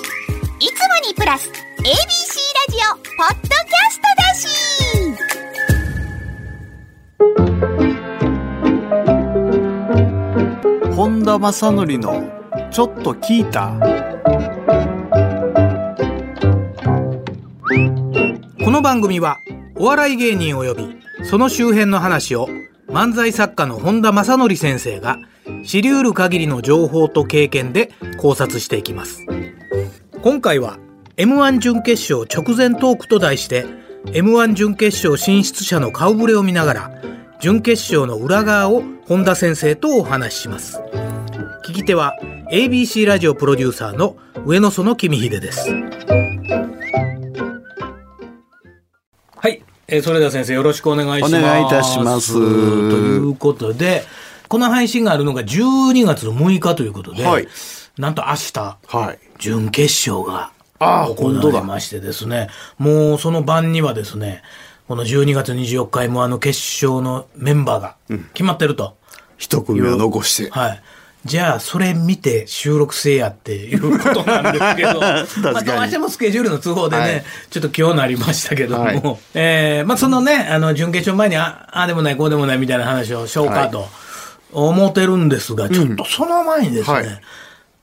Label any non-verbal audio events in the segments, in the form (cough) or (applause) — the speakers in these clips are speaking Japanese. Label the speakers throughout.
Speaker 1: いつもにプラス ABC ラジオポッドキャストだし
Speaker 2: 本田正則のちょっと聞いた
Speaker 3: この番組はお笑い芸人及びその周辺の話を漫才作家の本田正則先生が知り得る限りの情報と経験で考察していきます今回は m 1準決勝直前トークと題して m 1準決勝進出者の顔ぶれを見ながら準決勝の裏側を本田先生とお話しします聞き手は ABC ラジオプロデューサーの上野園君秀ですはい、えーそれでは先生よろしくお願いします。
Speaker 2: お願いいたします
Speaker 3: ということで、この配信があるのが12月の6日ということで、
Speaker 2: はい
Speaker 3: なんと明日、
Speaker 2: はい
Speaker 3: 準決勝が
Speaker 2: あー
Speaker 3: 行
Speaker 2: 本当
Speaker 3: わ
Speaker 2: だ
Speaker 3: れましてですね、もうその晩にはですね、この12月24日 m あの決勝のメンバーが決まってると。
Speaker 2: 一組を残して
Speaker 3: はい。じゃあ、それ見て収録せえやっていうことなんですけど、
Speaker 2: (laughs) 確かに
Speaker 3: まあ、どうしてもスケジュールの都合でね、
Speaker 2: はい
Speaker 3: ちょっと今日なりましたけども、
Speaker 2: はい
Speaker 3: えーまあ、そのね、あの、準決勝前に、ああでもない、こうでもないみたいな話をしようかと思ってるんですが、ちょっとその前にですね、
Speaker 2: はい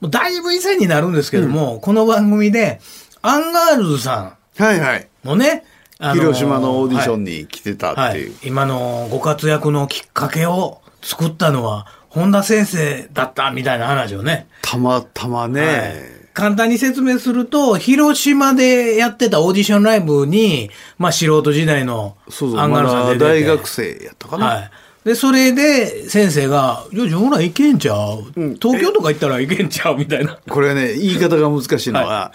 Speaker 3: もうだいぶ以前になるんですけども、この番組で、アンガールズさ
Speaker 2: はいはい
Speaker 3: んのね、あのー
Speaker 2: 広島のオーディションに来てたっていう、
Speaker 3: はい、今のご活躍のきっかけを作ったのは本田先生だったみたいな話をね、
Speaker 2: たまたまね、
Speaker 3: はい簡単に説明すると広島でやってたオーディションライブに、まあ、素人時代の
Speaker 2: そうそ
Speaker 3: ア
Speaker 2: う
Speaker 3: ンガー
Speaker 2: ま
Speaker 3: ルズさん
Speaker 2: だ
Speaker 3: 出てて
Speaker 2: 大学生やったかな、
Speaker 3: はいでそれで先生が「いや自分らいけんちゃう、
Speaker 2: ん
Speaker 3: 東京とか行ったらいけんちゃう」みたいな。
Speaker 2: これはね言い方が難しいのは、
Speaker 3: は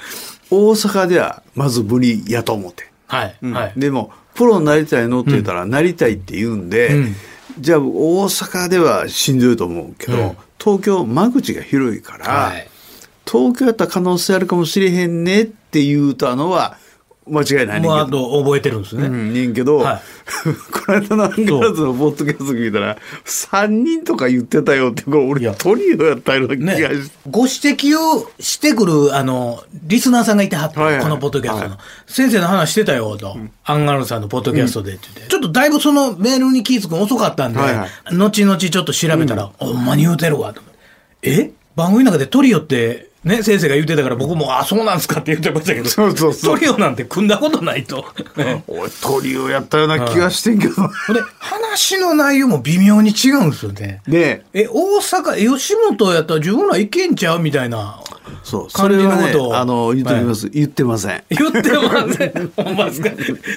Speaker 2: 大阪ではまず無理やと思って、
Speaker 3: はい、
Speaker 2: うん
Speaker 3: はい
Speaker 2: でもプロになりたいのって言ったら、なりたいって言うんで、
Speaker 3: うん
Speaker 2: じゃあ大阪ではしんどいと思うけど、
Speaker 3: うん
Speaker 2: 東京間口が広いから、
Speaker 3: はい
Speaker 2: 東京やったら可能性あるかもしれへんねって言うたのは間違いないね
Speaker 3: もうあ
Speaker 2: んけど。
Speaker 3: と覚えてるんですね。
Speaker 2: うん、ねんけど、
Speaker 3: はい
Speaker 2: (laughs) この間のアンガールズのポッドキャスト聞いたら、3人とか言ってたよって、これ
Speaker 3: い
Speaker 2: 俺
Speaker 3: や
Speaker 2: トリオやったような
Speaker 3: ね
Speaker 2: 気がして。、
Speaker 3: ご指摘をしてくる、あの、リスナーさんがいてはって、
Speaker 2: はいはい
Speaker 3: このポッドキャストの、
Speaker 2: は
Speaker 3: 先生の話してたよ、と。アンガールズさんのポッドキャストでって言って、ちょっとだいぶそのメールに気づくの遅かったんで、
Speaker 2: はいはい
Speaker 3: 後々ちょっと調べたら、ほんまに言うてるわ、と思って。え番組の中でトリオって、ね、先生が言ってたから僕も、あ、そうなんすかって言ってましたけど、
Speaker 2: そうそうそう
Speaker 3: トリオなんて組んだことないと。ね
Speaker 2: 俺トリオやったような気がしてんけど。
Speaker 3: ほんで、話の内容も微妙に違うんですよね。
Speaker 2: (laughs) で、
Speaker 3: え、大阪、吉本やったら自分らいけんちゃうみたいな。
Speaker 2: そう、そ
Speaker 3: 感
Speaker 2: れ
Speaker 3: じの
Speaker 2: はね
Speaker 3: こと、を
Speaker 2: あの、言っておきます。言ってません。
Speaker 3: 言ってません。ほんまですか。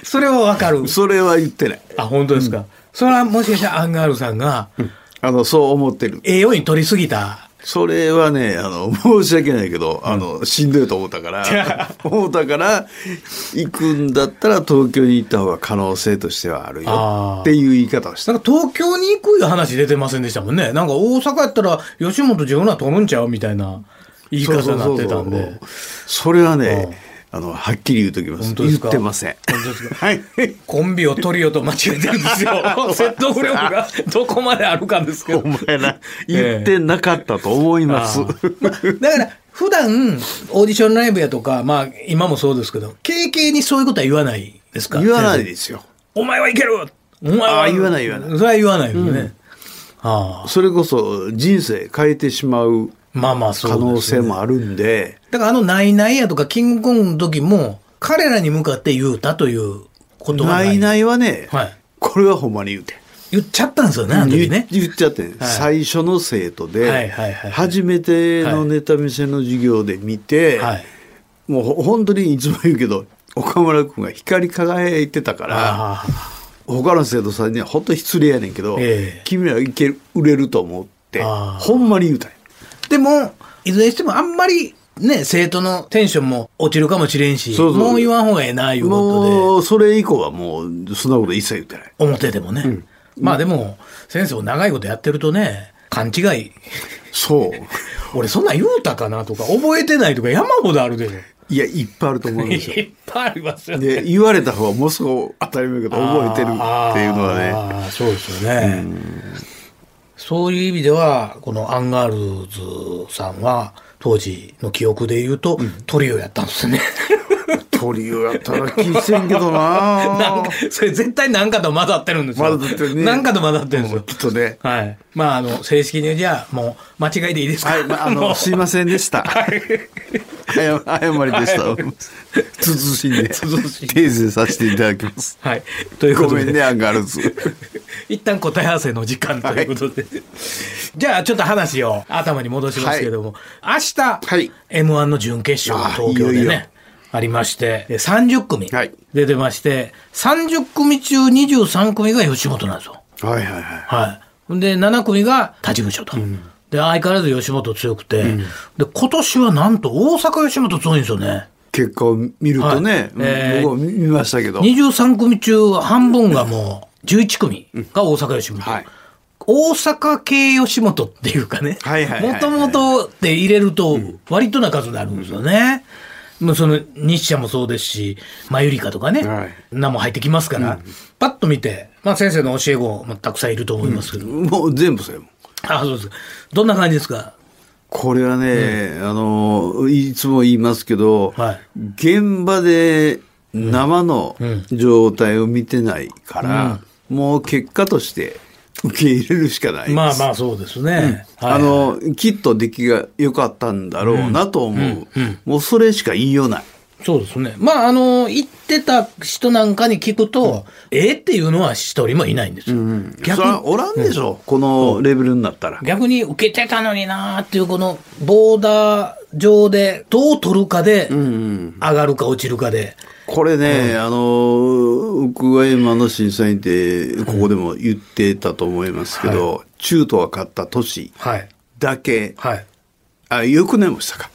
Speaker 3: それはわかる。
Speaker 2: それは言ってない。
Speaker 3: あ、本当ですか。それはもしかしたらアンガールズさんが、
Speaker 2: あの、そう思ってる。
Speaker 3: 栄養に取りすぎた。
Speaker 2: それはね、あの、 (laughs) 申し訳ないけど、あの、しんどいと思った (laughs) から、思ったから、行くんだったら東京に行った方が可能性としてはあるよ
Speaker 3: あー
Speaker 2: っていう言い方をした。
Speaker 3: なんか東京に行くいう話出てませんでしたもんね。なんか大阪やったら吉本自分ら取るんちゃうみたいな言い方になってたん
Speaker 2: そうそうそう
Speaker 3: で
Speaker 2: そう。それはね、あの、はっきり言うときます。
Speaker 3: 本当で
Speaker 2: 言っ
Speaker 3: すか
Speaker 2: てません。
Speaker 3: 本当ですか
Speaker 2: はい。 (laughs)
Speaker 3: コンビをトリオと間違えてるんですよ。説得力がどこまであるかですけど
Speaker 2: お。前ら、言ってなかったと思います。
Speaker 3: あーまあだから、普段、オーディションライブやとか、まあ、今もそうですけど、軽々にそういうことは言わないですか
Speaker 2: 言わない
Speaker 3: 先
Speaker 2: ですよ。
Speaker 3: 生お前はいけるお前
Speaker 2: あ
Speaker 3: は。
Speaker 2: ー言わない言わない
Speaker 3: それは言わないですね。ああ。
Speaker 2: それこそ人生変えてしまう
Speaker 3: まあまあ、そう
Speaker 2: 可能
Speaker 3: です
Speaker 2: 性
Speaker 3: ね
Speaker 2: もあるんで、
Speaker 3: だから、あの、ないないやとか、キングコングの時も、彼らに向かって言うたということは
Speaker 2: な
Speaker 3: ない。。
Speaker 2: いないいはね、
Speaker 3: はい
Speaker 2: これはほんまに言うて。
Speaker 3: 言っちゃったんですよね、あの時ね。
Speaker 2: 言言っちゃってん、最初の生徒で、
Speaker 3: はいはいはい
Speaker 2: 初めてのネタ見せの授業で見て、
Speaker 3: はい。
Speaker 2: もうほ本当にいつも言うけど岡村君が光り輝いてたから
Speaker 3: あ
Speaker 2: 他の生徒さんには本当失礼やねんけど、
Speaker 3: ええ
Speaker 2: 君はいける売れると思って
Speaker 3: あー
Speaker 2: ほんまに言うたんや
Speaker 3: あ。でも、いずれにしても、あんまり、ね、生徒のテンションも落ちるかもしれんし、
Speaker 2: そうそう
Speaker 3: もう言わん方がええな、いうことで。
Speaker 2: もうそれ以降はもうそんなこと一切言ってない。
Speaker 3: 表でもね、まあでも先生も長いことやってるとね勘違い
Speaker 2: そう。
Speaker 3: 俺そんなん言うたかなとか覚えてないとか山ほどあるでしょ
Speaker 2: (laughs) いや、いっぱいあると思うんですよ。
Speaker 3: い (laughs) っぱいありますよね
Speaker 2: で言われた方はもうすぐ当たり前だけど覚えてるっていうのはね
Speaker 3: ねそうですよねそういう意味ではこのアンガールズさんは当時の記憶で言うと、トリオやったんですね。
Speaker 2: トリオやったら聞いてんけ
Speaker 3: (laughs) なん
Speaker 2: どな
Speaker 3: かそれ絶対何かと混ざってるんですよ。
Speaker 2: 混ざってるね
Speaker 3: 何かと混ざってるんです
Speaker 2: もう
Speaker 3: よ
Speaker 2: き。っとね
Speaker 3: はい。まあ、あの、正式にじゃあ、もう、間違いでいいですか
Speaker 2: はい、まあ、
Speaker 3: (laughs)
Speaker 2: あの、すいませんでした。
Speaker 3: (laughs)
Speaker 2: 謝謝りでした。慎んで、
Speaker 3: 慎んで
Speaker 2: 訂正させていただきます。
Speaker 3: はい。というこ
Speaker 2: ご
Speaker 3: とで、
Speaker 2: めんね、アンガールズ。
Speaker 3: (laughs) 一旦答え合わせの時間ということで。じゃあ、ちょっと話を頭に戻しますけれども、明日、
Speaker 2: はい
Speaker 3: M1 の準決勝が東京でね、
Speaker 2: あーいよいよ
Speaker 3: ありまして、で30組
Speaker 2: はい
Speaker 3: 出てまして、30組中23組が吉本なんですよ。
Speaker 2: はいはい
Speaker 3: は
Speaker 2: は
Speaker 3: い。で、7組が立ち口と。で、相変わらず吉本強くて、で、今年はなんと大阪吉本強いんですよね。
Speaker 2: い。結果を見ると
Speaker 3: はい
Speaker 2: ね、うん
Speaker 3: えー
Speaker 2: 僕は見ましたけど。
Speaker 3: 23組中半分がもう11組が大阪吉本、
Speaker 2: はい
Speaker 3: 大阪系吉本っていうかね
Speaker 2: はいはいはい
Speaker 3: もともとって入れると割とな数になるんですよね。もうその日社もそうですし、マユリカとかね、
Speaker 2: はい
Speaker 3: 名も入ってきますから、パッと見て、まあ、先生の教え子もたくさんいると思いますけど、
Speaker 2: もう全部それも。
Speaker 3: あそうですどんな感じですか
Speaker 2: これはね、あの、いつも言いますけど、
Speaker 3: はい
Speaker 2: 現場で生の状態を見てないから、もう結果として受け入れるしかないです。
Speaker 3: まあまあそうですね、はい
Speaker 2: あの、きっと出来が良かったんだろうなと思う。
Speaker 3: うんうん
Speaker 2: もうそれしか言いようない。
Speaker 3: そうですね。まあ、あの、行ってた人なんかに聞くと、ええっていうのは一人もいないんですよ。
Speaker 2: そ
Speaker 3: 逆
Speaker 2: れはおらんでしょ、このレベルになったら。
Speaker 3: 逆に受けてたのになーっていう、このボーダー上で、どう取るかで、上がるか落ちるかで。
Speaker 2: これね、あの、僕は今の審査員って、ここでも言ってたと思いますけど、中途が勝った年
Speaker 3: はい。
Speaker 2: だけ、
Speaker 3: はい。
Speaker 2: あ、よくねもしたか、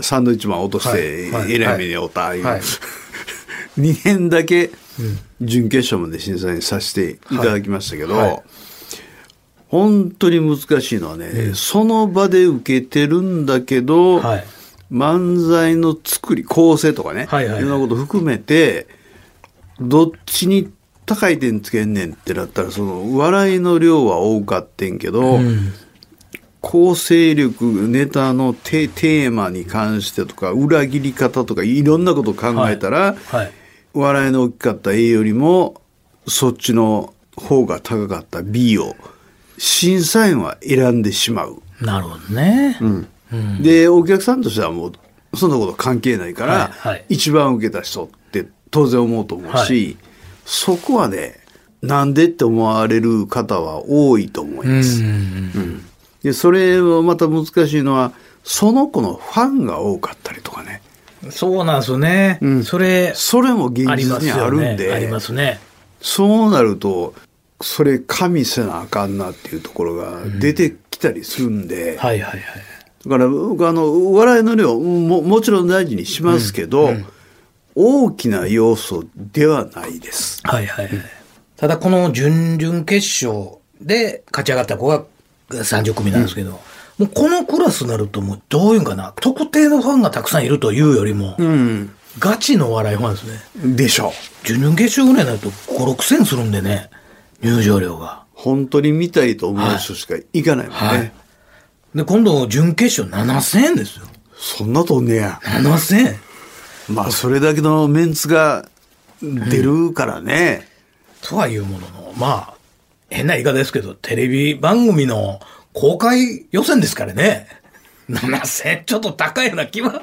Speaker 2: サンドイッチマン落として、
Speaker 3: はいはい
Speaker 2: えらい目に遭うた、いう (laughs)
Speaker 3: はい
Speaker 2: 2年だけ準決勝まで審査員させていただきましたけど、
Speaker 3: はいはい
Speaker 2: 本当に難しいのはね、その場で受けてるんだけど、
Speaker 3: はい
Speaker 2: 漫才の作り構成とかね、
Speaker 3: はいはいはい
Speaker 2: ろんなこと含めてどっちに高い点つけんねんってなったらその笑いの量は多かってんけど、構成力ネタのテテーマに関してとか裏切り方とかいろんなことを考えたら、
Speaker 3: はい。
Speaker 2: 笑いの大きかった A よりもそっちの方が高かった B を審査員は選んでしまう。
Speaker 3: なるほどね。
Speaker 2: でお客さんとしてはもうそんなこと関係ないから、
Speaker 3: はいはい
Speaker 2: 一番受けた人って当然思うと思うし、
Speaker 3: はい
Speaker 2: そこはねなんでって思われる方は多いと思いうます。
Speaker 3: ん。
Speaker 2: でそれはまた難しいのはその子のファンが多かったりとかね
Speaker 3: そうなんですよね。それ、
Speaker 2: それも現
Speaker 3: ありま
Speaker 2: 実
Speaker 3: す
Speaker 2: にあ
Speaker 3: よ
Speaker 2: る
Speaker 3: ね
Speaker 2: んで。
Speaker 3: ありますね。
Speaker 2: そうなると、それ加味せなあかんなっていうところが出てきたりするんで、
Speaker 3: はいはいはい。
Speaker 2: だから僕あの、笑いの量も、もちろん大事にしますけど、大きな要素ではないです。
Speaker 3: はいはいはい。ただこの準々決勝で勝ち上がった子が30組なんですけど、もうこのクラスになるともうどういうんかな、特定のファンがたくさんいるというよりも、
Speaker 2: うん。
Speaker 3: ガチの笑いファンですね。
Speaker 2: でしょう。
Speaker 3: 準々決勝ぐらいになると5、6千するんでね、入場料が。
Speaker 2: 本当に見たいと思う人しかいかないもんね。
Speaker 3: はいで、今度準決勝7千円ですよ。
Speaker 2: そんなとんねや。
Speaker 3: 7千円。
Speaker 2: まあ、それだけのメンツが出るからね。
Speaker 3: とはいうものの、まあ、変な言い方ですけど、テレビ番組の公開予選ですからね。7000ちょっと高いような気は。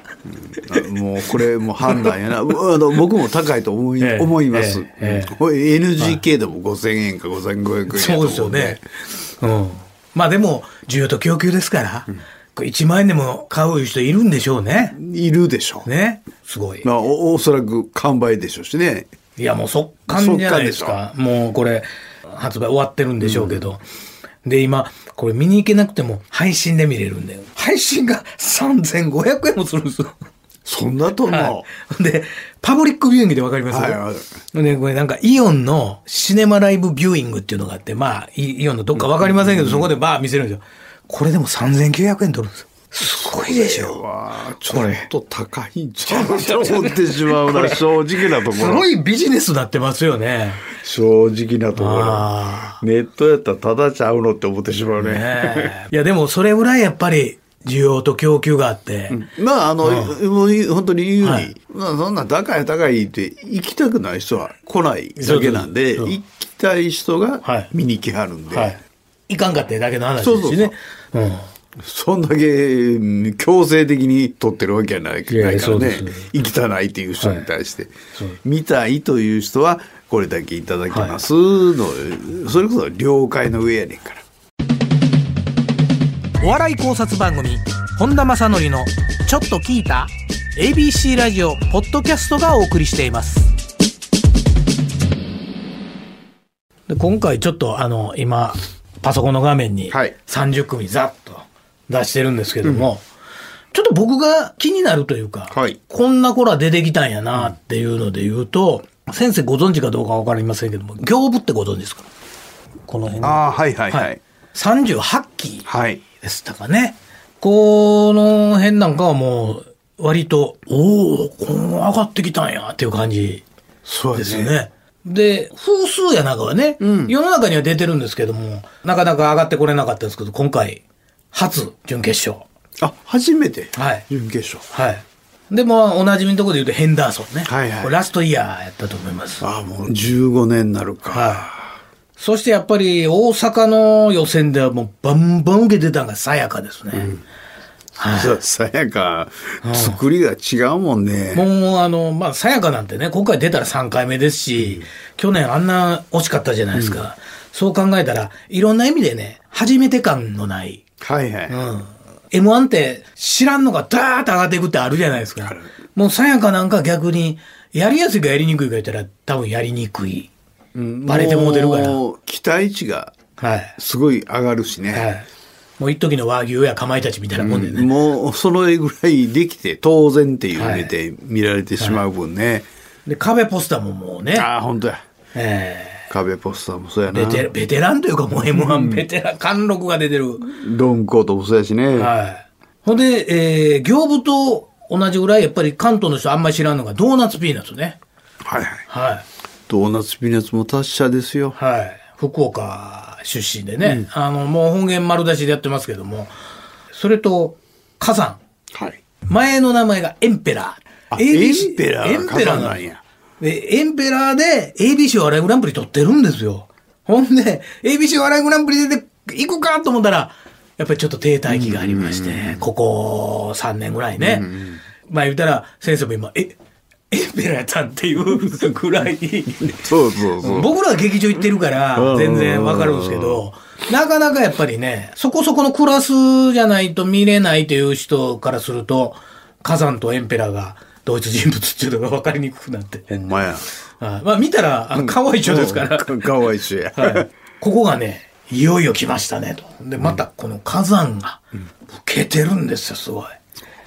Speaker 2: あもうこれもう判断やなうあの僕も高いと思い,、
Speaker 3: ええ
Speaker 2: 思います、
Speaker 3: ええええ
Speaker 2: これ NGK でも5000円か5500円やと思
Speaker 3: そう
Speaker 2: ん
Speaker 3: ですよね。うん。まあでも、需要と供給ですから、これ1万円でも買う人いるんでしょうね。
Speaker 2: いるでしょう、
Speaker 3: ね。すごい。
Speaker 2: まあ、おおそらく完売でしょうしね
Speaker 3: いや、もう速乾じゃないですか。もうこれ、発売終わってるんでしょうけど。で、今、これ見に行けなくても配信で見れるんだよ。配信が3500円もするんですよ。
Speaker 2: そんなと思う、
Speaker 3: はい、で、パブリックビューイングでわかります、
Speaker 2: はいわか
Speaker 3: で、これなんかイオンのシネマライブビューイングっていうのがあって、まあ、イイオンのどっかわかりませんけど、そこでバー見せるんですよ。これでも3900円取るんですよ。すごいでしょ。
Speaker 2: わあちょっと高いんちゃうと思ってしまうな正直なとこ
Speaker 3: す
Speaker 2: ろ
Speaker 3: ごいビジネスになってますよね。
Speaker 2: 正直なところ
Speaker 3: あ
Speaker 2: ネットやったらただちゃうのって思ってしまう
Speaker 3: あ。
Speaker 2: ね
Speaker 3: ねえいや、でもそれぐらいやっぱり需要と供給があって、
Speaker 2: まああの、もう本当に言うに、
Speaker 3: はい
Speaker 2: まあそんな高い高いって行きたくない人は来ないだけなんで
Speaker 3: そうそうそう
Speaker 2: 行きたい人
Speaker 3: はい
Speaker 2: が見に来はるんで、
Speaker 3: はい。いかんかってだけの話ですしね。うん
Speaker 2: そんだけうん強制的に取ってるわけはない
Speaker 3: いやい
Speaker 2: ない
Speaker 3: や
Speaker 2: か
Speaker 3: そ
Speaker 2: ら
Speaker 3: うで
Speaker 2: ね
Speaker 3: す
Speaker 2: 行きたないっていう人に対して、
Speaker 3: そう
Speaker 2: 見たいという人はこれだけいただきますの、それこそ了解の上やねんから。
Speaker 3: お笑い考察番組本田正則のちょっと聞いた ABC ラジオポッドキャストがお送りしていますで今回ちょっとあの今パソコンの画面に
Speaker 2: はい
Speaker 3: 30組ざっと出してるんですけども、ちょっと僕が気になるというか、
Speaker 2: はい
Speaker 3: こんな子ら出てきたんやなっていうので言うと、先生ご存知かどうかわかりませんけども行部ってご存知ですかこの辺
Speaker 2: ああはいはいはい、はい
Speaker 3: 38期でしたかね。この辺なんかはもう、割と、おお、こんな上がってきたんやっていう感じ
Speaker 2: そう
Speaker 3: で
Speaker 2: ですす
Speaker 3: よ
Speaker 2: ね
Speaker 3: ね。で、風数やなんかはね、
Speaker 2: うん
Speaker 3: 世の中には出てるんですけども、なかなか上がってこれなかったんですけど、今回、初準決勝。
Speaker 2: あ初めて、
Speaker 3: はい
Speaker 2: 準決勝
Speaker 3: はい。で、もおなじみのところで言うとヘンダーソンね。
Speaker 2: はいはい
Speaker 3: これラストイヤーやったと思います。
Speaker 2: ああもう15年になるか、
Speaker 3: はい。そしてやっぱり大阪の予選ではもうバンバン受けてたのがさやかですね。はい
Speaker 2: ささやか作りが違うもんね、
Speaker 3: (laughs) もうあの、まあ、さやかなんてね、今回出たら3回目ですし、去年あんな惜しかったじゃないですか。そう考えたら、いろんな意味でね、初めて感のない。
Speaker 2: はいはい、
Speaker 3: うん。M1 って知らんのがダーッと上がっていくってあるじゃないですか。もうさやかなんか逆に、やりやすいかやりにくいか言ったら、多分やりにくい。
Speaker 2: うん
Speaker 3: バレてもうてるから
Speaker 2: もう期待値が
Speaker 3: はい。
Speaker 2: すごい上がるしね、
Speaker 3: はい。もう一時の和牛やかまいたちみたいなもんでね。
Speaker 2: もうそれぐらいできて当然っていう目で見られてしまう分ね、
Speaker 3: で、壁ポスターももうね、
Speaker 2: ああ本当や
Speaker 3: え
Speaker 2: 壁ポスターもそうや
Speaker 3: ーベ
Speaker 2: な
Speaker 3: テベテランというかもう M1 ベテラン、貫禄が出てる。
Speaker 2: ロングコートもそうやしね、
Speaker 3: はい。ほんで、えー、行部と同じぐらい、やっぱり関東の人あんまり知らんのが、ドーナツピーナッツね。
Speaker 2: はいはい
Speaker 3: はい。
Speaker 2: ドーナツピーナッツも達者ですよ
Speaker 3: はい。福岡出身でね、あの、もう本源丸出しでやってますけども、それと、火山。
Speaker 2: はい
Speaker 3: 前の名前がエンペラー。
Speaker 2: あエンペラー
Speaker 3: エンペラー
Speaker 2: 火山
Speaker 3: な
Speaker 2: なんん
Speaker 3: や
Speaker 2: や。
Speaker 3: で、エンペラーで ABC お笑いグランプリ取ってるんですよ。ほんで、ABC お笑いグランプリ出て行くかと思ったら、やっぱりちょっと停滞期がありまして、ここ3年ぐらいね。まあ言ったら、先生も今、え、エンペラーやったんっていうぐらい、
Speaker 2: そうそうそう、
Speaker 3: 僕らは劇場行ってるから、
Speaker 2: うん
Speaker 3: 全然わかるんですけど、なかなかやっぱりね、そこそこのクラスじゃないと見れないという人からすると、火山とエンペラーが同一人物っていうのが分かりにくくなって。
Speaker 2: ほんまや
Speaker 3: はいまあ見たら、あ可愛い人ですから。
Speaker 2: うんかわいいしや、
Speaker 3: はいここがね、いよいよ来ましたねと。で、またこの火山が、受けてるんですよ、すごい。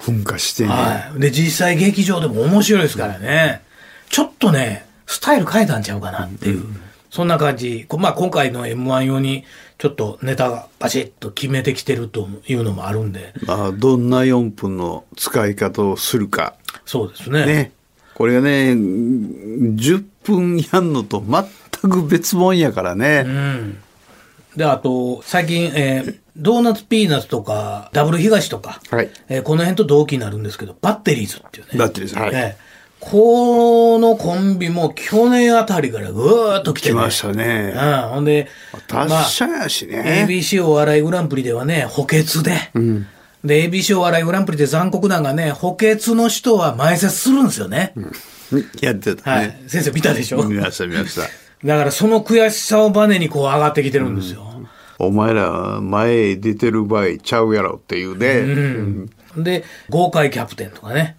Speaker 2: 噴火してね、
Speaker 3: はい。で、実際劇場でも面白いですからね。ちょっとね、スタイル変えたんちゃうかなっていう。そんな感じ。こまあ今回の M1 用に、ちょっとネタがバシッと決めてきてるというのもあるんで。
Speaker 2: まあ、どんな4分の使い方をするか。
Speaker 3: そうですね。
Speaker 2: ね。これがね、うん10分やんのと全く別もんやから
Speaker 3: う
Speaker 2: ね。
Speaker 3: ん。で、あと、最近、えードーナツピーナッツとか、ダブル東とか、
Speaker 2: はい
Speaker 3: えーこの辺と同期になるんですけど、バッテリーズっていうね。
Speaker 2: バッテリーズはい
Speaker 3: えーこのコンビも去年あたりからぐーっと来てね
Speaker 2: 来ましたね。
Speaker 3: うん、ほんで、
Speaker 2: 達者やし
Speaker 3: まあ
Speaker 2: ね。
Speaker 3: ABC お笑いグランプリではね、補欠で、で、ABC お笑いグランプリで残酷なんがね、補欠の人は前説するんですよね。
Speaker 2: やってた
Speaker 3: はい
Speaker 2: ね。。
Speaker 3: 先生見たでしょ
Speaker 2: 見ました見ました。
Speaker 3: だからその悔しさをバネにこう上がってきてるんですよ。
Speaker 2: お前ら前へ出てる場合ちゃうやろっていうね。
Speaker 3: で、豪快キャプテンとかね、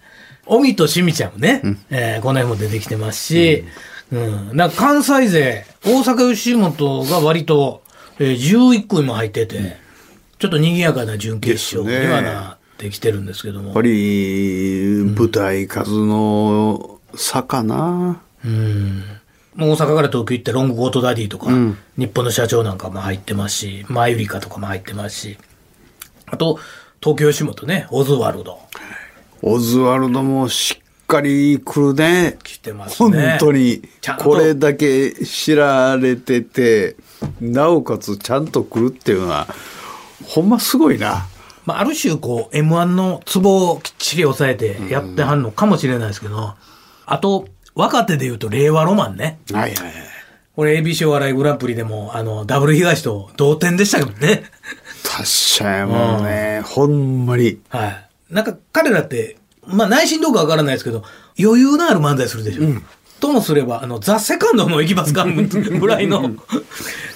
Speaker 3: 尾身としみちゃんもね、えーこの辺も出てきてますし、うん、なんか関西勢、大阪吉本が割と、えー11組も入ってて、ちょっと賑やかな準決勝にはなってきてるんですけど
Speaker 2: やっ
Speaker 3: も
Speaker 2: ぱ、り舞台数の差かな。
Speaker 3: うん、もう大阪から東京行ってロングゴートダディとか、日本の社長なんかも入ってますし、マユリカとかも入ってますし、あと、東京吉本ね、オズワルド。
Speaker 2: オズワルドもしっかり来るね。
Speaker 3: 来てます
Speaker 2: 本
Speaker 3: ね。
Speaker 2: 当に
Speaker 3: ちゃんと
Speaker 2: これだけ知られててなおかつちゃんと来るっていうのはほんますごいな
Speaker 3: まあ、ある種こう m 1のツボをきっちり抑えてやってはんのかもしれないですけどあと若手で言うと令和ロマンね
Speaker 2: はいはいはい。
Speaker 3: これ ABC お笑いグランプリでもあのダブル東と同点でしたけどね
Speaker 2: 達者やもんね。ほんまに。
Speaker 3: はいなんか彼らってまあ内心どうかわからないですけど余裕のある漫才するでしょ、ともすればあのザ・セカンドの行きますかぐらいの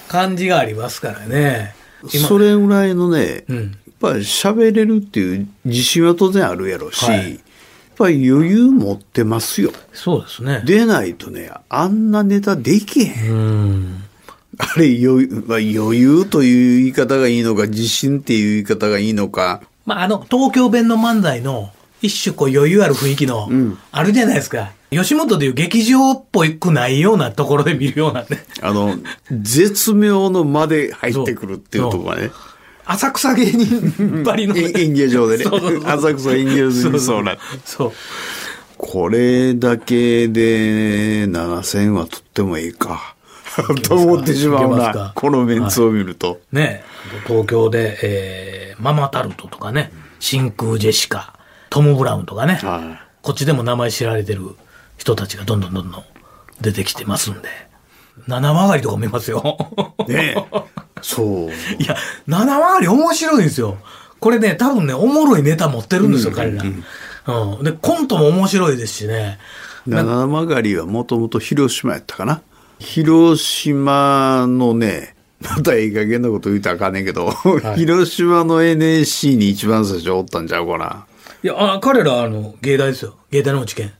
Speaker 3: 感じがありますからね今
Speaker 2: それぐらいのね、
Speaker 3: うん
Speaker 2: やっぱり喋れるっていう自信は当然あるやろうし、
Speaker 3: はい
Speaker 2: やっぱり余裕持ってますよ。
Speaker 3: そうですね
Speaker 2: でないとね、あんなネタできへん。
Speaker 3: うん
Speaker 2: (laughs) あれ余裕、まあ、余裕という言い方がいいのか、自信っていう言い方がいいのか。
Speaker 3: まあ、あの、東京弁の漫才の、一種こう余裕ある雰囲気の、あるじゃないですか。吉本でいう劇場っぽくないようなところで見るようなね。
Speaker 2: あ (laughs) の、絶妙の間で入ってくるっていうところがね。
Speaker 3: 浅草芸人ばりの、
Speaker 2: え演芸場 (laughs) でね。浅草演芸場にそうな。
Speaker 3: そう。
Speaker 2: これだけで7000はとってもいい (laughs) か。と思ってしまう
Speaker 3: いけますか
Speaker 2: な。このメンツを見ると。
Speaker 3: ね東京で、えーママタルトとかね、真空ジェシカ、トム・ブラウンとかね、
Speaker 2: は
Speaker 3: こっちでも名前知られてる人たちがどんどんどんどん出てきてますんで、七曲がりとか見ますよ。
Speaker 2: ねえ。そう。
Speaker 3: (laughs) いや、七回り面白いんですよ。これね、多分ね、おもろいネタ持ってるんですよ、彼ら。うん。で、コントも面白いですしね。
Speaker 2: 七曲りはもともと広島やったかな。広島のね、 (laughs) またいい加減なこと言うたらあかんねんけど、 (laughs) 広島の NSC に一番最初おったんちゃうかな。
Speaker 3: いや、あ彼ら、あの、芸大ですよ。芸大の知見。うん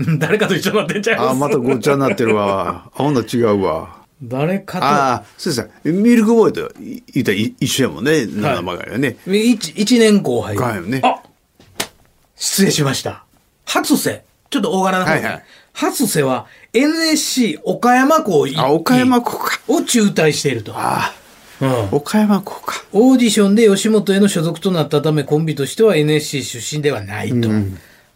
Speaker 3: (laughs) 誰かと一緒になってんちゃいます
Speaker 2: あ、またごっちゃになってるわ。あ、ほんなら違うわ。
Speaker 3: 誰か
Speaker 2: ああ、そうですねミルクボーイと言ったらい一緒やもんね、七曲りはね。
Speaker 3: と。一一年後輩。
Speaker 2: はいね
Speaker 3: あ失礼しました。初瀬。ちょっと大柄な方、
Speaker 2: はいはい
Speaker 3: 初瀬は NSC 岡山校一期
Speaker 2: あ、岡山子か。
Speaker 3: を中退していると。
Speaker 2: あ
Speaker 3: うん
Speaker 2: あ、岡山子か。
Speaker 3: オーディションで吉本への所属となったためコンビとしては NSC 出身ではないと、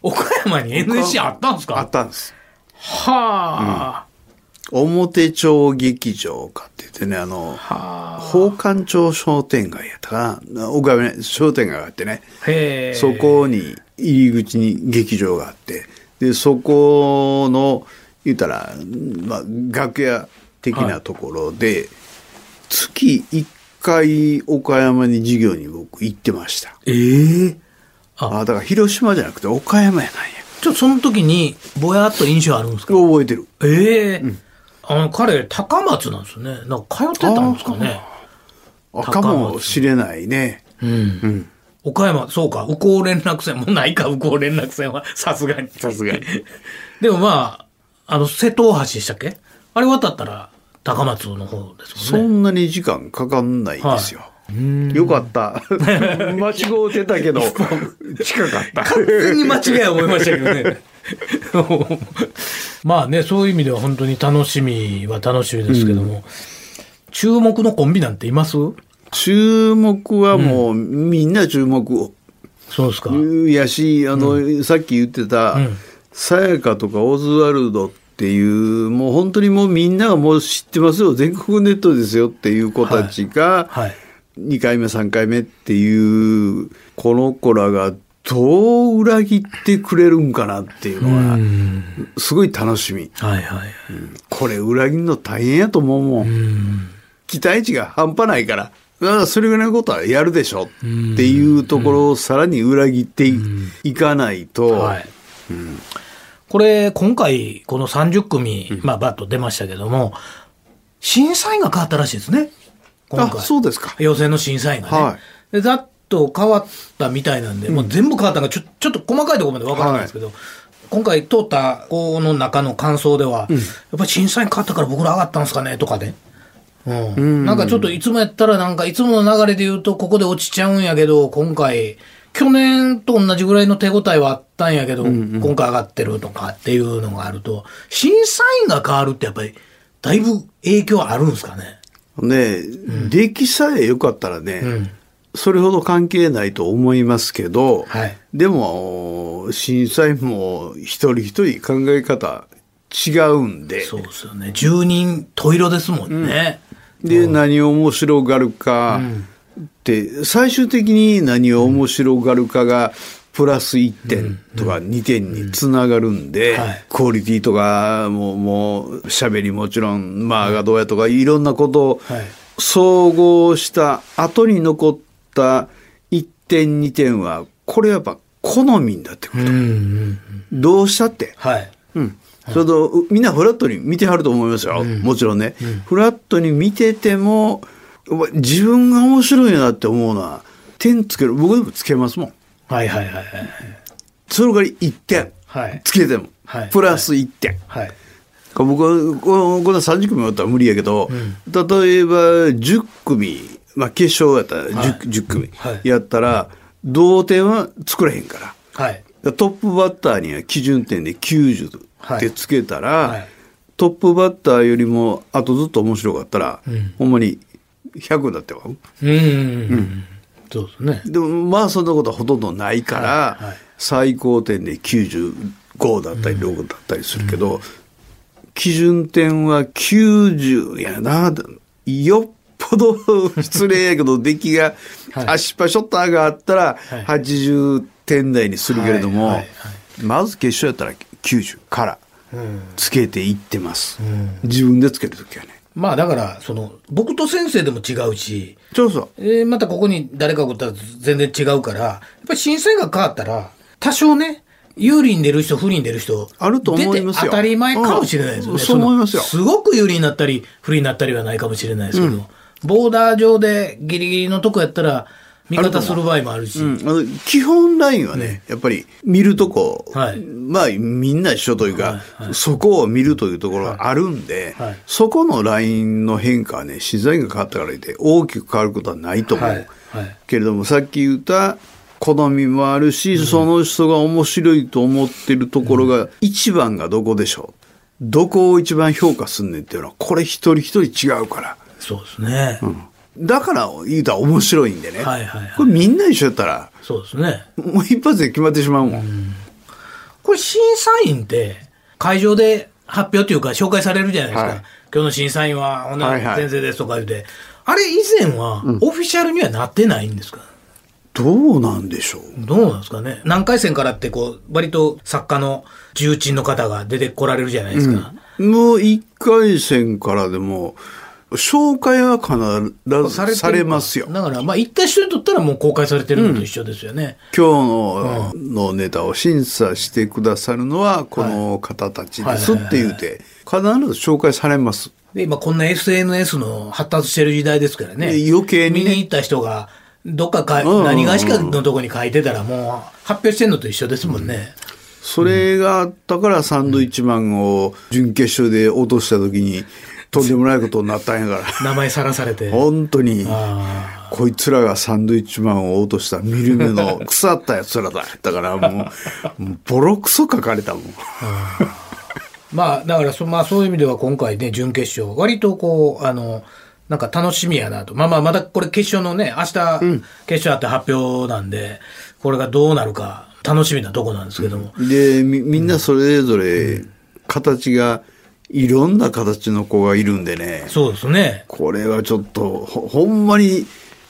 Speaker 3: 岡山に NSC あったんですか
Speaker 2: あったんです。
Speaker 3: はあ、
Speaker 2: 表町劇場かって言ってね、あの、
Speaker 3: はあ
Speaker 2: 宝冠町商店街やったかな岡山ね商店街があってね、
Speaker 3: へえ
Speaker 2: そこに入り口に劇場があってでそこの言ったら、まあ、楽屋的なところで、月1回岡山に授業に僕行ってました
Speaker 3: ええ
Speaker 2: あだから広島じゃなくて岡山やなんや
Speaker 3: ちょっとその時にぼやっと印象あるんですか
Speaker 2: 覚えてる
Speaker 3: ええあの彼高松なんですねなんか通ってたんですかね
Speaker 2: あかもしれないね
Speaker 3: うん、岡山そうか右高連絡船もうないか右高連絡船は (laughs) さすがに
Speaker 2: さすがに
Speaker 3: でもまああの瀬戸大橋でしたっけあれ渡ったら高松の方です
Speaker 2: そ
Speaker 3: もんね
Speaker 2: んなに時間かかんないんですよ、よかった。間違うてたけど、近かった。
Speaker 3: 完全に間違い思いましたけど (laughs) ね。まあね、そういう意味では本当に楽しみは楽しみですけども、注目のコンビなんています
Speaker 2: 注目はもう、みんな注目
Speaker 3: そうですか。
Speaker 2: やし、あの、さっき言ってた
Speaker 3: ん、
Speaker 2: さやかとかオズワルドっていう、もう本当にもうみんながもう知ってますよ、全国ネットですよっていう子たちが、
Speaker 3: はい。
Speaker 2: 2回目、3回目っていう、この子らがどう裏切ってくれるんかなっていうの
Speaker 3: う
Speaker 2: は、
Speaker 3: ん。
Speaker 2: すごい楽しみ。
Speaker 3: はいはい。
Speaker 2: これ裏切るの大変やと思うもん
Speaker 3: うん。
Speaker 2: 期待値が半端ないから、あそれぐらいのことはやるでしょっていうところをさらに裏切ってい,、かないと、
Speaker 3: はい。これ、今回、この30組、まあ、バッと出ましたけども、審査員が変わったらしいですね。今
Speaker 2: あ
Speaker 3: 回。
Speaker 2: そうですか。
Speaker 3: 陽性の審査員がね。
Speaker 2: はい
Speaker 3: でざっと変わったみたいなんで、もう全部変わったのがちょちょっと細かいところまでわからないんですけど、今回通った子の中の感想では、やっぱり審査員変わったから僕ら上がったんですかねとかね。うんなんかちょっといつもやったらなんかいつもの流れで言うとここで落ちちゃうんやけど、今回、去年と同じぐらいの手応えはあったんやけど、今回上がってるとかっていうのがあると、審査員が変わるってやっぱりだいぶ影響あるんですかね。
Speaker 2: ね、出来さえ良かったらね、
Speaker 3: ん
Speaker 2: それほど関係ないと思いますけど、
Speaker 3: はい
Speaker 2: でも、震災も一人一人考え方違うんで、
Speaker 3: そうですよね。住人、トイロですもんね。
Speaker 2: で、何を面白がるか、って最終的に何を面白がるかがプラス1点とか2点につながるんで、
Speaker 3: はい
Speaker 2: クオリティとかもうもう喋りもちろんまあがどうやとかいろんなことを
Speaker 3: はい
Speaker 2: 総合した後に残った1点2点はこれやっぱ好みになってく
Speaker 3: うんう
Speaker 2: る、
Speaker 3: ん
Speaker 2: どうしたって
Speaker 3: はい
Speaker 2: うん、それとうみんなフラットに見てはると思いますよ、もちろんね、フラットに見ててもお前自分が面白いなって思うのは点つける僕でもつけますもん
Speaker 3: はいはいはい
Speaker 2: それから1点
Speaker 3: はい
Speaker 2: つけても、
Speaker 3: はい
Speaker 2: プラス1点、
Speaker 3: はい
Speaker 2: 僕はここんな30組おったら無理やけど、例えば10組、まあ、決勝やったら 10,、10組
Speaker 3: はい
Speaker 2: やったら、同点は作れへんから。
Speaker 3: はい
Speaker 2: トップバッターには基準点で90ってつけたら、
Speaker 3: いはい
Speaker 2: トップバッターよりもあとずっと面白かったら、ほんまに100だってわ
Speaker 3: うんうんうんそうですね
Speaker 2: でもまあそんなことはほとんどないから、
Speaker 3: はいはい
Speaker 2: 最高点で95だったり6だったりするけど、基準点は90やなよっ
Speaker 3: (laughs)
Speaker 2: ぽど失礼やけど出来が、
Speaker 3: はい
Speaker 2: あ失敗ショッターがあったら
Speaker 3: はい
Speaker 2: 80点台にするけれども、
Speaker 3: はいはい
Speaker 2: まず決勝やったら90から
Speaker 3: うん
Speaker 2: つけていってます、自分でつけるときはね。
Speaker 3: まあだからその僕と先生でも違うし
Speaker 2: そうそう
Speaker 3: えーまたここに誰かがおったら全然違うから、やっぱり審査員が変わったら、多少ね、有利に出る人、不利に出る人、
Speaker 2: あると思いますよ
Speaker 3: 出て当たり前かもしれないですよ
Speaker 2: う
Speaker 3: ね。
Speaker 2: んそう思いますよ
Speaker 3: そのすごく有利になったり、不利になったりはないかもしれないですけど、ボーダー上でギリギリのとこやったら、味方する場合もあるし、
Speaker 2: うん、あの基本ラインはね、やっぱり見るとこ、
Speaker 3: はい
Speaker 2: まあみんな一緒というか、
Speaker 3: はいはい
Speaker 2: そこを見るというところがあるんで、
Speaker 3: はいはい
Speaker 2: そこのラインの変化はね自然が変わったからいて大きく変わることはないと思う、
Speaker 3: はいはい
Speaker 2: けれどもさっき言った好みもあるし、その人が面白いと思ってるところが、一番がどこでしょうどこを一番評価すんねんっていうのはこれ一人一人違うから。
Speaker 3: そうですね、
Speaker 2: だから言うたら面白いんでね。
Speaker 3: はいはいはい
Speaker 2: これみんな一緒やったら
Speaker 3: そうですね。
Speaker 2: もう一発で決まってしまうもん。
Speaker 3: これ審査員って会場で発表というか紹介されるじゃないですか、
Speaker 2: はい
Speaker 3: 今日の審査員は女
Speaker 2: はいはい
Speaker 3: 先生ですとか言うて、あれ以前はオフィシャルにはなってないんですか、
Speaker 2: どうなんでしょう
Speaker 3: どうなんですかね何回戦からってこう割と作家の重鎮の方が出てこられるじゃないですか、
Speaker 2: もう1回戦からでも、紹介は必ずさ
Speaker 3: て
Speaker 2: れ
Speaker 3: る
Speaker 2: ますよ。
Speaker 3: だからまあ行った人にとったらもう公開されてるのと一緒ですよね、
Speaker 2: 今日の,、のネタを審査してくださるのはこの方たちです
Speaker 3: は
Speaker 2: っ
Speaker 3: い
Speaker 2: て言うて、必ず紹介されます。
Speaker 3: で今こんな SNS の発達してる時代ですからね
Speaker 2: で余計にね
Speaker 3: 見に行った人がどっかか、
Speaker 2: んうんうん
Speaker 3: 何がしかのとこに書いてたらもう発表してんのと一緒ですもんね、
Speaker 2: それがあったからサンドイッチマンを準決勝で落とした時にとんでもないことになったんやから。
Speaker 3: 名前さらされて。
Speaker 2: 本当に。
Speaker 3: あ
Speaker 2: こいつらがサンドイッチマンを落とした見る目の腐ったやつらだ。だからもう、もうボロクソ書かれたもん。
Speaker 3: ーまあ、だからそ、まあ、そういう意味では今回ね、準決勝、割とこう、あの、なんか楽しみやなと。まあまあ、まだこれ決勝のね、明日、決勝あって発表なんで、これがどうなるか、楽しみなとこなんですけども。
Speaker 2: でみみんなそれぞれ形がいろんな形の子がいるんでね
Speaker 3: そうですね。
Speaker 2: これはちょっとほほんまに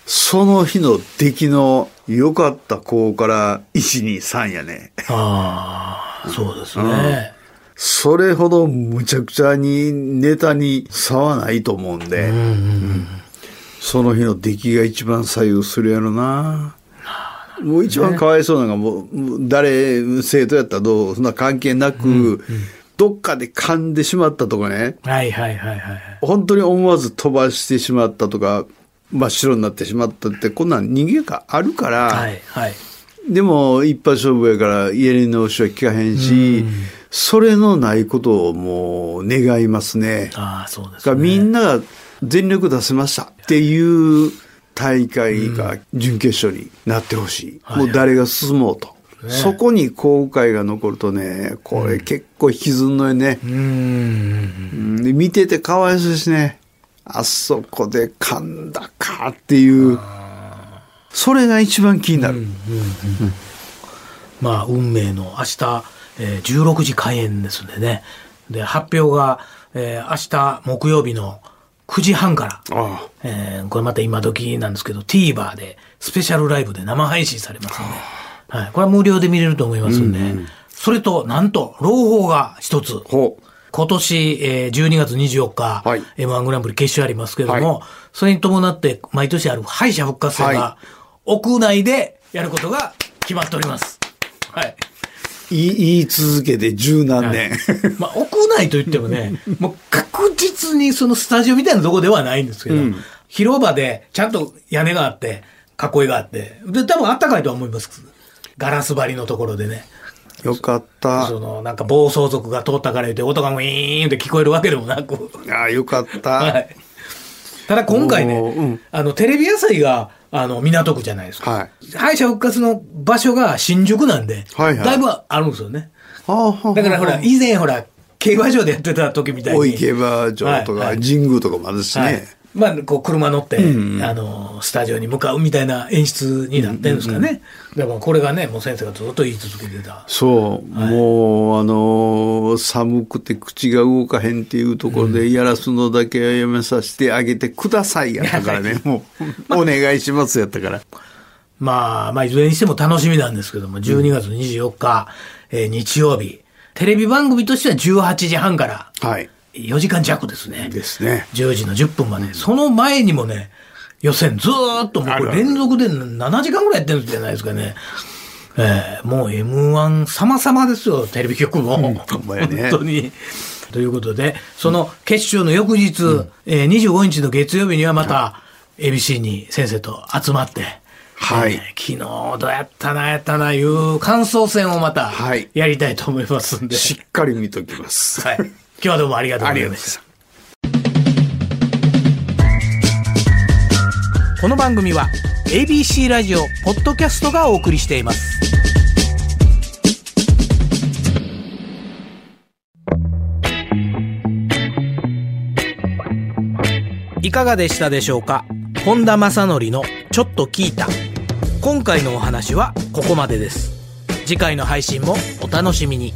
Speaker 2: その日の出来の良かった子から123やね
Speaker 3: ああ、そうですね。
Speaker 2: それほどむちゃくちゃにネタに差はないと思うんで、うんその日の出来が一番左右するやろな。もう一番かわいそうなのがもうもう誰生徒やったらどうそんな関係なく、どっかで噛んでしまったとかね
Speaker 3: はいはいはいはい。
Speaker 2: 本当に思わず飛ばしてしまったとか真っ白になってしまったってこんなん人間があるから、
Speaker 3: はいはい。
Speaker 2: でも一発勝負やから家に直しは聞かへんし、それのないことをもう願いますね。だ
Speaker 3: ああ、そうで
Speaker 2: か
Speaker 3: す
Speaker 2: ら
Speaker 3: ね。
Speaker 2: みんなが全力出せましたっていう大会が準決勝になってほしい。
Speaker 3: い
Speaker 2: もう誰が進もうと。そこに後悔が残るとね、これ結構引きずんのよね。
Speaker 3: うーん。
Speaker 2: うんで見ててかわいそうですね。あそこで噛んだかっていう。それが一番気になる。
Speaker 3: まあ、運命の明日、えー16時開演ですんでね。で、発表が、えー明日木曜日の9時半から、
Speaker 2: あ
Speaker 3: えーこれまた今時なんですけど、TVer でスペシャルライブで生配信されますので、はい、これは無料で見れると思いますんで、それと、なんと、朗報が一つ。
Speaker 2: ほう
Speaker 3: 今年、えー12月24日、
Speaker 2: はい
Speaker 3: M1 グランプリ決勝ありますけれども、それに伴って毎年ある敗者復活戦が、
Speaker 2: は
Speaker 3: 屋内でやることが決まっております。はい。
Speaker 2: 言い言い続けて十何年、
Speaker 3: まあ、屋内といっても
Speaker 2: (laughs)
Speaker 3: ね、もう確実にそのスタジオみたいなとこではないんですけど、広場でちゃんと屋根があって、囲いがあって、で、多分あったかいとは思います。ガラス張りのところでね。
Speaker 2: (laughs) よかった
Speaker 3: その、なんか暴走族が通ったから言って、音がウィーンって聞こえるわけでもなく。
Speaker 2: あよかった、
Speaker 3: はい。ただ今回ね、
Speaker 2: おーうん
Speaker 3: あの、テレビ朝日が、あの、港区じゃ (laughs) ないですか。
Speaker 2: はい
Speaker 3: 敗者復活の場所が新宿なんで、
Speaker 2: はいはい
Speaker 3: だいぶあるんですよね。
Speaker 2: あはあ
Speaker 3: だからほら、以前ほら、競馬場でやってた時みたいに。
Speaker 2: 大井競馬場と
Speaker 3: はいは
Speaker 2: か
Speaker 3: い
Speaker 2: 神宮とかもあるしね、
Speaker 3: はいまあ、こう、車乗って、あの、スタジオに向かうみたいな演出になってるんですかね。だからこれがね、もう先生がずっと言い続けてた。
Speaker 2: そう、もうあのー寒くて口が動かへんっていうところで、やらすのだけはやめさせてあげてくださいやったからねも
Speaker 3: (laughs)
Speaker 2: うお願いしますやったから
Speaker 3: まあ、まあ、いずれにしても楽しみなんですけども、12月24日、えー日曜日、テレビ番組としては18時半から
Speaker 2: はい
Speaker 3: 4時間弱ですね。
Speaker 2: ですね
Speaker 3: 10時の10分まで。その前にもね、予選ずーっともうこれ連続で7時間ぐらいやってるんじゃないですかね。えーもう M1 様々ですよ、テレビ局も。
Speaker 2: ほんまやね
Speaker 3: 本当に。ということで、その決勝の翌日、えー25日の月曜日にはまた ABC に先生と集まって、
Speaker 2: はい
Speaker 3: えー昨日どうやったな、やったな、いう感想戦をまた
Speaker 2: はい
Speaker 3: やりたいと思いますんで。
Speaker 2: しっかり見ときます
Speaker 3: はい。今日はどうもありがとう
Speaker 2: あ
Speaker 3: ござ
Speaker 2: り
Speaker 3: いま
Speaker 2: がとうございま
Speaker 3: し
Speaker 2: したた。
Speaker 3: この番組は ABC ラジオポッドキャストがお送りしていますいかがでしたでしょうか本田正則のちょっと聞いた今回のお話はここまでです次回の配信もお楽しみに